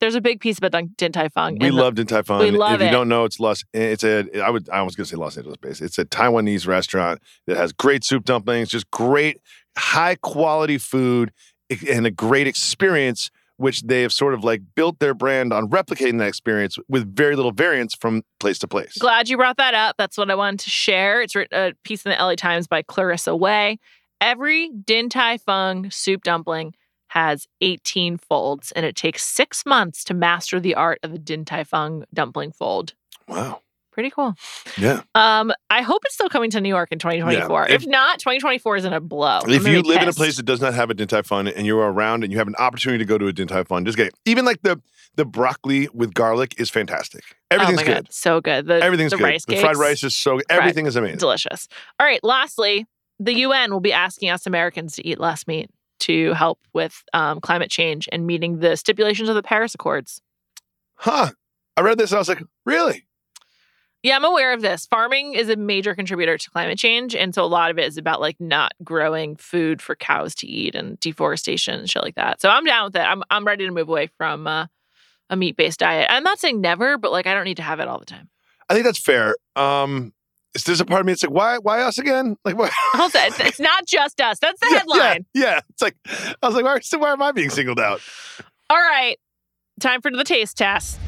[SPEAKER 2] There's a big piece about Dun- Din Tai Fung.
[SPEAKER 3] We
[SPEAKER 2] in the-
[SPEAKER 3] love Din Tai Fun.
[SPEAKER 2] we love
[SPEAKER 3] if you
[SPEAKER 2] it.
[SPEAKER 3] don't know, it's Los. It's a. I would. I was gonna say Los Angeles based. It's a Taiwanese restaurant that has great soup dumplings, just great, high quality food, e- and a great experience. Which they have sort of like built their brand on replicating that experience with very little variance from place to place.
[SPEAKER 2] Glad you brought that up. That's what I wanted to share. It's writ- a piece in the LA Times by Clarissa Way. Every Din Tai Fung soup dumpling has 18 folds, and it takes six months to master the art of the Din Tai Fung dumpling fold.
[SPEAKER 3] Wow.
[SPEAKER 2] Pretty cool.
[SPEAKER 3] Yeah.
[SPEAKER 2] Um, I hope it's still coming to New York in 2024.
[SPEAKER 3] Yeah, if-
[SPEAKER 2] if, not, 2024 is in a blow. I'm
[SPEAKER 3] If
[SPEAKER 2] gonna
[SPEAKER 3] you
[SPEAKER 2] be
[SPEAKER 3] live in a
[SPEAKER 2] pissed.
[SPEAKER 3] place that does not have a Din Tai Fun and you're around and you have an opportunity to go to a Din Tai Fun, just get it. Even like the the broccoli with garlic is fantastic. Everything's
[SPEAKER 2] oh my
[SPEAKER 3] good.
[SPEAKER 2] God, so good. The,
[SPEAKER 3] Everything's
[SPEAKER 2] the
[SPEAKER 3] good.
[SPEAKER 2] Rice
[SPEAKER 3] the fried
[SPEAKER 2] cakes.
[SPEAKER 3] rice is so good. Everything is amazing.
[SPEAKER 2] delicious. All right. Lastly, the UN will be asking us Americans to eat less meat to help with um, climate change and meeting the stipulations of the Paris Accords.
[SPEAKER 3] Huh. I read this and I was like, really?
[SPEAKER 2] Yeah, I'm aware of this. Farming is a major contributor to climate change, and so a lot of it is about like not growing food for cows to eat and deforestation and shit like that. So I'm down with it. I'm I'm ready to move away from uh, a meat based diet. I'm not saying never, but like I don't need to have it all the time. <laughs>
[SPEAKER 3] I think that's fair. Um is there's a part of me that's like, why why us again? Like why <laughs>
[SPEAKER 2] Also, it's, it's not just us. That's the
[SPEAKER 3] Yeah,
[SPEAKER 2] headline.
[SPEAKER 3] Yeah, yeah. It's like I was like, why, so why am I being singled out?
[SPEAKER 2] All right, time for the taste test.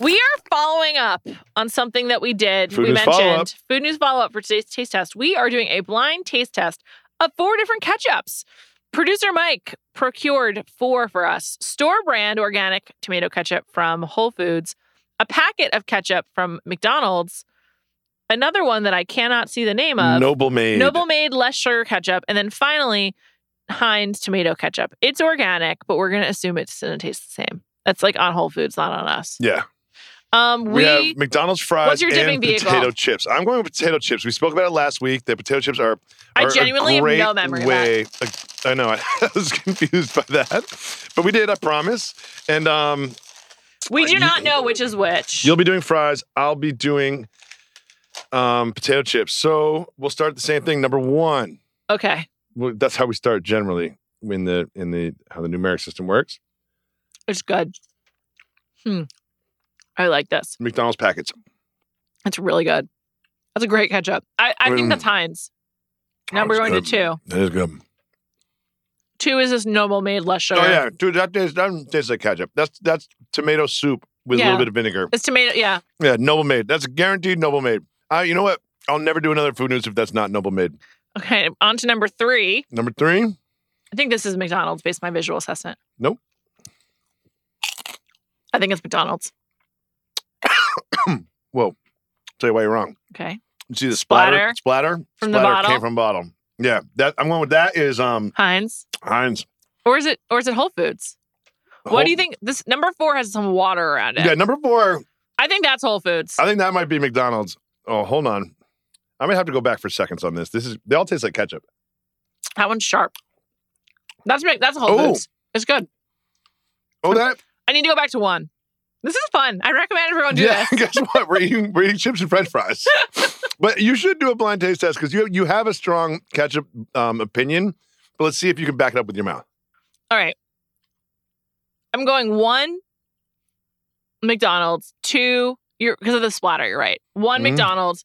[SPEAKER 2] We are following up on something that we did.
[SPEAKER 3] Food
[SPEAKER 2] we
[SPEAKER 3] news
[SPEAKER 2] mentioned
[SPEAKER 3] follow-up.
[SPEAKER 2] food news follow up for today's taste test. We are doing a blind taste test of four different ketchups. Producer Mike procured four for us store brand organic tomato ketchup from Whole Foods, a packet of ketchup from McDonald's, another one that I cannot see the name of.
[SPEAKER 3] Noble made.
[SPEAKER 2] Noble made less sugar ketchup, and then finally Heinz tomato ketchup. It's organic, but we're gonna assume it's gonna taste the same. That's like on Whole Foods, not on us.
[SPEAKER 3] Yeah.
[SPEAKER 2] Um, we,
[SPEAKER 3] We, have McDonald's fries
[SPEAKER 2] What's your dipping
[SPEAKER 3] and
[SPEAKER 2] vehicle?
[SPEAKER 3] potato chips. I'm going with potato chips. We spoke about it last week. That potato chips are.
[SPEAKER 2] I
[SPEAKER 3] are a
[SPEAKER 2] genuinely have
[SPEAKER 3] great
[SPEAKER 2] no memory of that.
[SPEAKER 3] Way, I know. <laughs> I was confused by that, but we did. I promise. And um,
[SPEAKER 2] we do
[SPEAKER 3] you-
[SPEAKER 2] not know which is which.
[SPEAKER 3] you'll be doing fries. I'll be doing um, potato chips. So we'll start the same thing. Number one.
[SPEAKER 2] Okay.
[SPEAKER 3] Well, that's how we start generally in the in the how the numeric system works.
[SPEAKER 2] It's good. Hmm. I like this.
[SPEAKER 3] McDonald's packets.
[SPEAKER 2] It's really good. That's a great ketchup. I, I think that's Heinz. Now we're going
[SPEAKER 3] That's
[SPEAKER 2] to
[SPEAKER 3] Mm. good.
[SPEAKER 2] two.
[SPEAKER 3] That is good.
[SPEAKER 2] Two is this noble made less sugar.
[SPEAKER 3] Oh yeah, dude, that tastes that tastes like ketchup. That's that's tomato soup with a
[SPEAKER 2] Yeah.
[SPEAKER 3] little bit of vinegar.
[SPEAKER 2] It's tomato. Yeah.
[SPEAKER 3] Yeah, Noble Made. That's a guaranteed Noble Made. Uh, you know what? I'll never do another food news if that's not Noble Made.
[SPEAKER 2] Okay. On to number three.
[SPEAKER 3] Number three,
[SPEAKER 2] I think this is McDonald's based on my visual assessment.
[SPEAKER 3] Nope.
[SPEAKER 2] I think it's McDonald's.
[SPEAKER 3] tell you why you're wrong.
[SPEAKER 2] Okay.
[SPEAKER 3] You see the splatter?
[SPEAKER 2] Splatter.
[SPEAKER 3] Splatter,
[SPEAKER 2] From the
[SPEAKER 3] splatter
[SPEAKER 2] bottle.
[SPEAKER 3] came from bottom. Yeah, that I'm going with that is um
[SPEAKER 2] Heinz.
[SPEAKER 3] Heinz.
[SPEAKER 2] Or is it or is it Whole Foods?
[SPEAKER 3] Whole-
[SPEAKER 2] What do you think? This number four has some water around it.
[SPEAKER 3] Yeah, Uh number four.
[SPEAKER 2] I think that's Whole Foods.
[SPEAKER 3] I think that might be McDonald's. Oh, hold on. I might have to go back for seconds on this. This is they all taste like ketchup.
[SPEAKER 2] that one's sharp. That's Mc- that's Whole
[SPEAKER 3] Oh.
[SPEAKER 2] Foods. It's good.
[SPEAKER 3] Oh, that
[SPEAKER 2] I need to go back to one. This is fun. I recommend everyone do
[SPEAKER 3] yeah, <laughs>
[SPEAKER 2] this.
[SPEAKER 3] guess what? We're eating, we're eating chips and French
[SPEAKER 2] <laughs>
[SPEAKER 3] fries. but you should do a blind taste test because you you have a strong ketchup um, opinion. But let's see if you can back it up with your mouth.
[SPEAKER 2] All right. I'm going one McDonald's, two you're because of the splatter, you're right. One
[SPEAKER 3] Mhm.
[SPEAKER 2] McDonald's,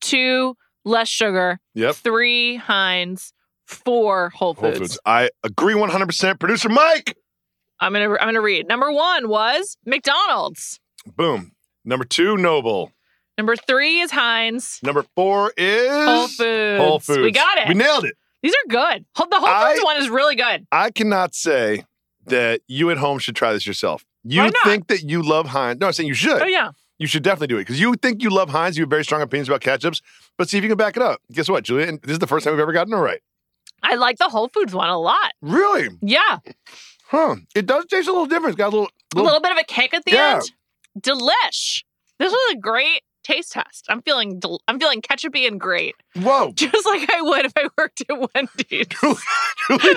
[SPEAKER 2] two less sugar,
[SPEAKER 3] Yep.
[SPEAKER 2] three Heinz, four Whole
[SPEAKER 3] Whole
[SPEAKER 2] Foods.
[SPEAKER 3] Foods. I agree 100%. Producer Mike.
[SPEAKER 2] I'm gonna I'm gonna read. Number one was McDonald's.
[SPEAKER 3] Boom. Number two, Noble.
[SPEAKER 2] Number three is Heinz.
[SPEAKER 3] Number four is
[SPEAKER 2] Whole Foods.
[SPEAKER 3] Whole Foods.
[SPEAKER 2] We got it.
[SPEAKER 3] We nailed it.
[SPEAKER 2] These are good. Ho- The Whole
[SPEAKER 3] I-
[SPEAKER 2] Foods one is really good.
[SPEAKER 3] I cannot say that you at home should try this yourself.
[SPEAKER 2] Why
[SPEAKER 3] You
[SPEAKER 2] not?
[SPEAKER 3] think that you love Heinz. No, I'm saying you should.
[SPEAKER 2] Oh yeah.
[SPEAKER 3] You should definitely do it because you think you love Heinz. You have very strong opinions about ketchups, but see if you can back it up. Guess what, Julia? And This is the first time we've ever gotten it right.
[SPEAKER 2] I like the Whole Foods one a lot.
[SPEAKER 3] Really?
[SPEAKER 2] Yeah.
[SPEAKER 3] Huh. It does taste a little different. It's got a little.
[SPEAKER 2] a
[SPEAKER 3] little-
[SPEAKER 2] little bit of a kick at the
[SPEAKER 3] Yeah.
[SPEAKER 2] end. Delish. This was a great taste test. I'm feeling del- I'm feeling ketchupy and great, <laughs>
[SPEAKER 3] whoa.
[SPEAKER 2] just like I would if I worked at Wendy's. <laughs>
[SPEAKER 3] Juliet,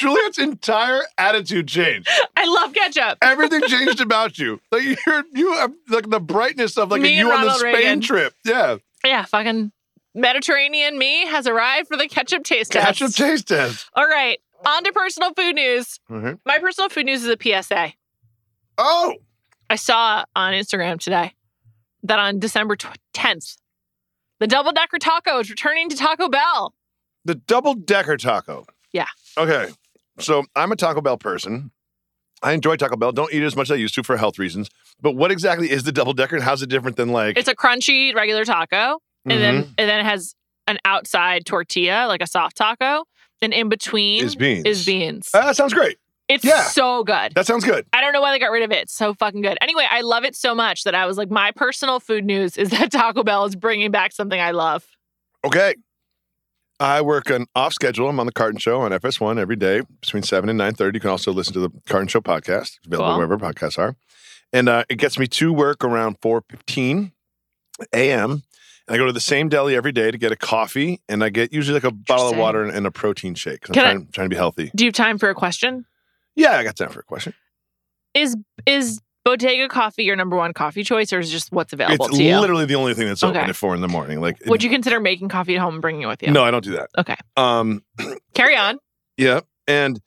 [SPEAKER 3] Juliet's entire attitude changed.
[SPEAKER 2] I love ketchup.
[SPEAKER 3] Everything changed about you. Like you're you have like the brightness of like
[SPEAKER 2] Me
[SPEAKER 3] a
[SPEAKER 2] and
[SPEAKER 3] you on the
[SPEAKER 2] Ronald
[SPEAKER 3] Spain
[SPEAKER 2] Reagan.
[SPEAKER 3] trip. Yeah.
[SPEAKER 2] Yeah, fucking Mediterranean me has arrived for the ketchup taste test.
[SPEAKER 3] Ketchup taste test.
[SPEAKER 2] All right, on to personal food news.
[SPEAKER 3] All right.
[SPEAKER 2] My personal food news is a PSA.
[SPEAKER 3] Oh.
[SPEAKER 2] I saw on Instagram today that on December tw- 10th, the double decker taco is returning to Taco Bell.
[SPEAKER 3] The double decker taco.
[SPEAKER 2] Yeah.
[SPEAKER 3] Okay. So I'm a Taco Bell person. I enjoy Taco Bell. Don't eat it as much as I used to for health reasons. But what exactly is the double decker and how's it different than like mm-hmm,
[SPEAKER 2] It's a crunchy regular taco. and then and then it has an outside tortilla like a soft taco and in between
[SPEAKER 3] is beans.
[SPEAKER 2] is beans.
[SPEAKER 3] Uh, that sounds great.
[SPEAKER 2] it's
[SPEAKER 3] yeah.
[SPEAKER 2] so good
[SPEAKER 3] That sounds good.
[SPEAKER 2] i don't know why they got rid of it it's so fucking good anyway i love it so much that i was like my personal food news is that <laughs> taco bell is bringing back something i love
[SPEAKER 3] Okay. I work on off schedule. I'm on the Carton Show on FS1 every day between seven and nine thirty. You can also listen to the Carton Show podcast. It's available
[SPEAKER 2] Cool.
[SPEAKER 3] wherever podcasts are, and uh, it gets me to work around four fifteen a.m. And I go to the same deli every day to get a coffee, and I get usually like a bottle of
[SPEAKER 2] Interesting.
[SPEAKER 3] water and, and a protein shake. 'cause I'm
[SPEAKER 2] Can I-
[SPEAKER 3] trying, trying to be healthy.
[SPEAKER 2] do you have time for a question
[SPEAKER 3] Yeah, I got time for a question.
[SPEAKER 2] is is bodega coffee your number one coffee choice or is it just what's available
[SPEAKER 3] it's
[SPEAKER 2] to you
[SPEAKER 3] literally the only thing that's open
[SPEAKER 2] Okay.
[SPEAKER 3] at four in the morning. Like,
[SPEAKER 2] would you consider making coffee at home and bringing it with you
[SPEAKER 3] No, I don't do that.
[SPEAKER 2] Okay.
[SPEAKER 3] Um,
[SPEAKER 2] carry on
[SPEAKER 3] Yeah. And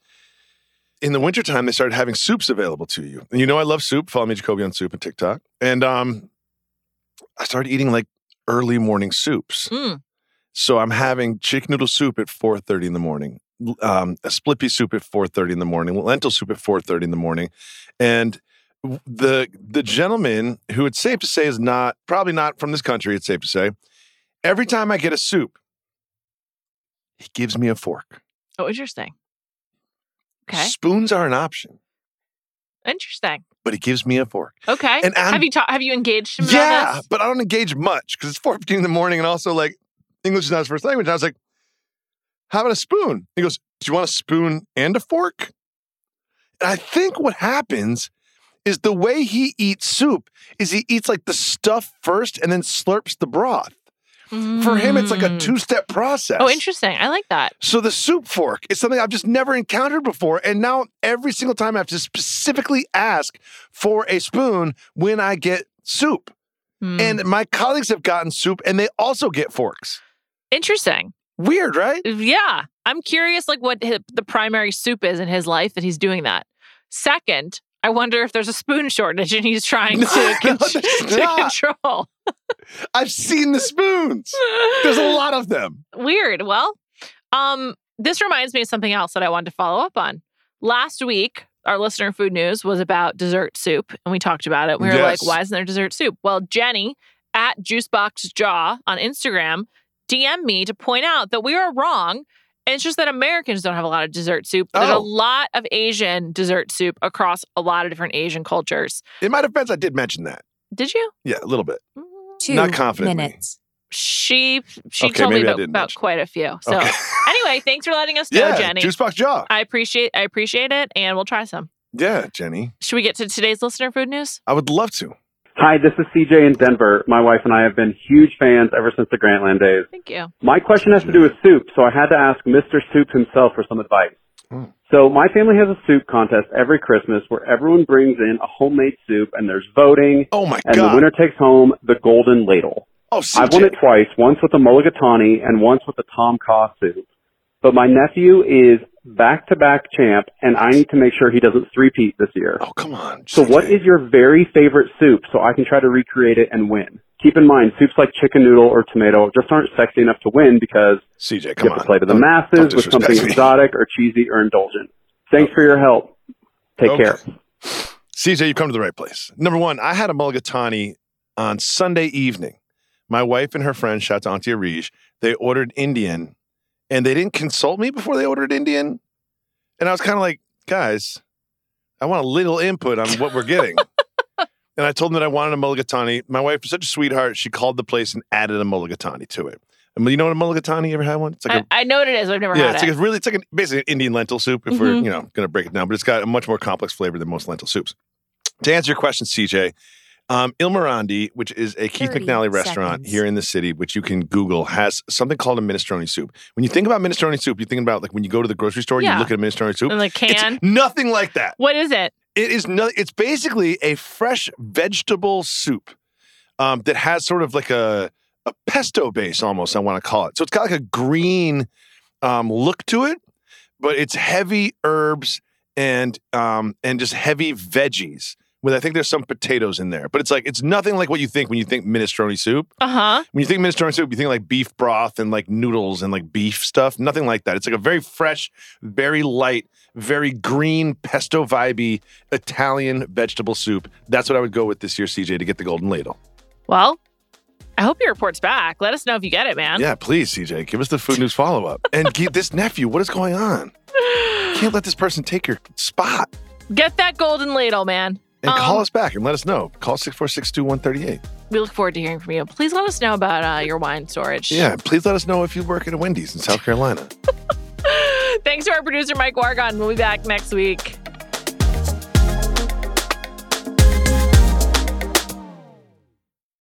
[SPEAKER 3] in the wintertime, they started having soups available to you. And you know, I love soup. Follow me, Jacoby, on soup and TikTok. And um, I started eating like early morning soups.
[SPEAKER 2] Mm.
[SPEAKER 3] So I'm having chicken noodle soup at 4.30 in the morning, l- um, a split pea soup at 4.30 in the morning, lentil soup at 4.30 in the morning. And w- the the gentleman who it's safe to say is not, probably not from this country, it's safe to say, every time I get a soup, he gives me a fork.
[SPEAKER 2] oh interesting okay
[SPEAKER 3] Spoons are an option.
[SPEAKER 2] interesting
[SPEAKER 3] but he gives me a fork.
[SPEAKER 2] okay
[SPEAKER 3] And I'm-
[SPEAKER 2] have you ta- have you engaged him about
[SPEAKER 3] yeah,
[SPEAKER 2] this?
[SPEAKER 3] but I don't engage much because it's four fifteen in the morning, and also like English is not his first language. And I was like, "How about a spoon?" He goes, "Do you want a spoon and a fork?" And I think what happens is the way he eats soup is he eats like the stuff first and then slurps the broth. For him, it's like a
[SPEAKER 2] Mm.
[SPEAKER 3] two-step process.
[SPEAKER 2] Oh, interesting. I like that.
[SPEAKER 3] So the soup fork is something I've just never encountered before. And now every single time I have to specifically ask for a spoon when I get soup.
[SPEAKER 2] Hmm.
[SPEAKER 3] And my colleagues have gotten soup and they also get forks.
[SPEAKER 2] interesting.
[SPEAKER 3] Weird, right?
[SPEAKER 2] Yeah. I'm curious like what hi the primary soup is in his life that he's doing that. Second, I wonder if there's a spoon shortage and he's trying
[SPEAKER 3] <laughs> No,
[SPEAKER 2] <laughs> to, con-
[SPEAKER 3] no, there's
[SPEAKER 2] to
[SPEAKER 3] not.
[SPEAKER 2] control.
[SPEAKER 3] I've seen the spoons. There's a lot of them.
[SPEAKER 2] Weird. Well, um, this reminds me of something else that I wanted to follow up on. Last week, our listener food news was about dessert soup, and we talked about it. We were
[SPEAKER 3] Yes.
[SPEAKER 2] like, why isn't there dessert soup? Well, Jenny at JuiceboxJaw on Instagram DM me to point out that we are wrong. And it's just that Americans don't have a lot of dessert soup. There's a
[SPEAKER 3] Oh.
[SPEAKER 2] lot of Asian dessert soup across a lot of different Asian cultures.
[SPEAKER 3] In my defense, I did mention that.
[SPEAKER 2] Did you?
[SPEAKER 3] Yeah, a little bit.
[SPEAKER 4] Two
[SPEAKER 3] Not confidently.
[SPEAKER 4] minutes.
[SPEAKER 2] She she
[SPEAKER 3] Okay,
[SPEAKER 2] told me
[SPEAKER 3] maybe I
[SPEAKER 2] about,
[SPEAKER 3] didn't
[SPEAKER 2] about
[SPEAKER 3] mention.
[SPEAKER 2] quite a few. So
[SPEAKER 3] Okay.
[SPEAKER 2] anyway, thanks for letting
[SPEAKER 3] <laughs>
[SPEAKER 2] us know,
[SPEAKER 3] yeah,
[SPEAKER 2] Jenny.
[SPEAKER 3] Juicebox Jaw.
[SPEAKER 2] I appreciate I appreciate it, and we'll try some.
[SPEAKER 3] Yeah, Jenny.
[SPEAKER 2] Should we get to today's listener food news?
[SPEAKER 3] I would love to.
[SPEAKER 5] Hi, this is CJ in Denver. My wife and I have been huge fans ever since the Grantland days.
[SPEAKER 2] Thank you.
[SPEAKER 5] My question has to do with soup, so I had to ask Mr. Soup himself for some advice.
[SPEAKER 3] Mm.
[SPEAKER 5] So my family has a soup contest every Christmas where everyone brings in a homemade soup and there's voting
[SPEAKER 3] Oh my
[SPEAKER 5] and the
[SPEAKER 3] god!
[SPEAKER 5] winner takes home the golden ladle.
[SPEAKER 3] oh,
[SPEAKER 5] I've
[SPEAKER 3] CJ.
[SPEAKER 5] won it twice, once with the mulligatawny and once with the Tom Ka soup. But my nephew is back-to-back champ and I need to make sure he doesn't three-peat this year.
[SPEAKER 3] oh come on.
[SPEAKER 5] So
[SPEAKER 3] CJ.
[SPEAKER 5] what is your very favorite soup so I can try to recreate it and win? Keep in mind, soups like chicken noodle or tomato just aren't sexy enough to win because
[SPEAKER 3] CJ?
[SPEAKER 5] you
[SPEAKER 3] Come
[SPEAKER 5] have
[SPEAKER 3] on.
[SPEAKER 5] to play to the
[SPEAKER 3] Don't-
[SPEAKER 5] masses
[SPEAKER 3] don't
[SPEAKER 5] with something
[SPEAKER 3] disrespect me.
[SPEAKER 5] exotic or cheesy or indulgent. Thanks for your help. Take
[SPEAKER 3] Okay.
[SPEAKER 5] care.
[SPEAKER 3] CJ, you've come to the right place. Number one, I had a mulligatawny on Sunday evening. My wife and her friend, shout to Auntie Arish, they ordered Indian and they didn't consult me before they ordered Indian. And I was kind of like, guys, I want a little input on what we're getting. and I told them that I wanted a mulligatawny. My wife was such a sweetheart. She called the place and added a mulligatawny to it. And you know what a mulligatawny? You ever had one? It's like a
[SPEAKER 2] I, I know what it is. I've never
[SPEAKER 3] yeah,
[SPEAKER 2] had
[SPEAKER 3] it's
[SPEAKER 2] it.
[SPEAKER 3] like a really it's like an, basically an Indian lentil soup if we're
[SPEAKER 2] Mhm.
[SPEAKER 3] you know going to break it down, but it's got a much more complex flavor than most lentil soups. To answer your question, CJ, um, Il Mirandi, which is a Keith
[SPEAKER 4] 30
[SPEAKER 3] McNally restaurant
[SPEAKER 4] seconds.
[SPEAKER 3] here in the city, which you can Google, has something called a minestrone soup. When you think about minestrone soup, you think about like when you go to the grocery store,
[SPEAKER 2] Yeah.
[SPEAKER 3] you look at a minestrone soup.
[SPEAKER 2] in the
[SPEAKER 3] It's
[SPEAKER 2] can.
[SPEAKER 3] nothing like that.
[SPEAKER 2] What is it?
[SPEAKER 3] It is no, it's basically a fresh vegetable soup um, that has sort of like a, a pesto base almost, I want to call it. So it's got like a green um, look to it, but it's heavy herbs and um, and just heavy veggies. With I think there's some potatoes in there, but it's like it's nothing like what you think when you think minestrone soup.
[SPEAKER 2] Uh huh.
[SPEAKER 3] When you think minestrone soup, you think like beef broth and like noodles and like beef stuff. Nothing like that. It's like a very fresh, very light, very green, pesto vibey Italian vegetable soup. That's what I would go with this year, CJ, to get the golden ladle.
[SPEAKER 2] Well, I hope your report's back. Let us know if you get it, man.
[SPEAKER 3] Yeah, please, CJ, give us the food news follow up. And give this nephew, what is going on? Can't let this person take your spot.
[SPEAKER 2] Get that golden ladle, man.
[SPEAKER 3] And
[SPEAKER 2] Um,
[SPEAKER 3] call us back and let us know. Call 646 2138.
[SPEAKER 2] We look forward to hearing from you. Please let us know about uh, your wine storage. <laughs>
[SPEAKER 3] Yeah, please let us know if you work at a Wendy's in South Carolina.
[SPEAKER 2] Thanks to our producer, Mike Wargon. We'll be back next week.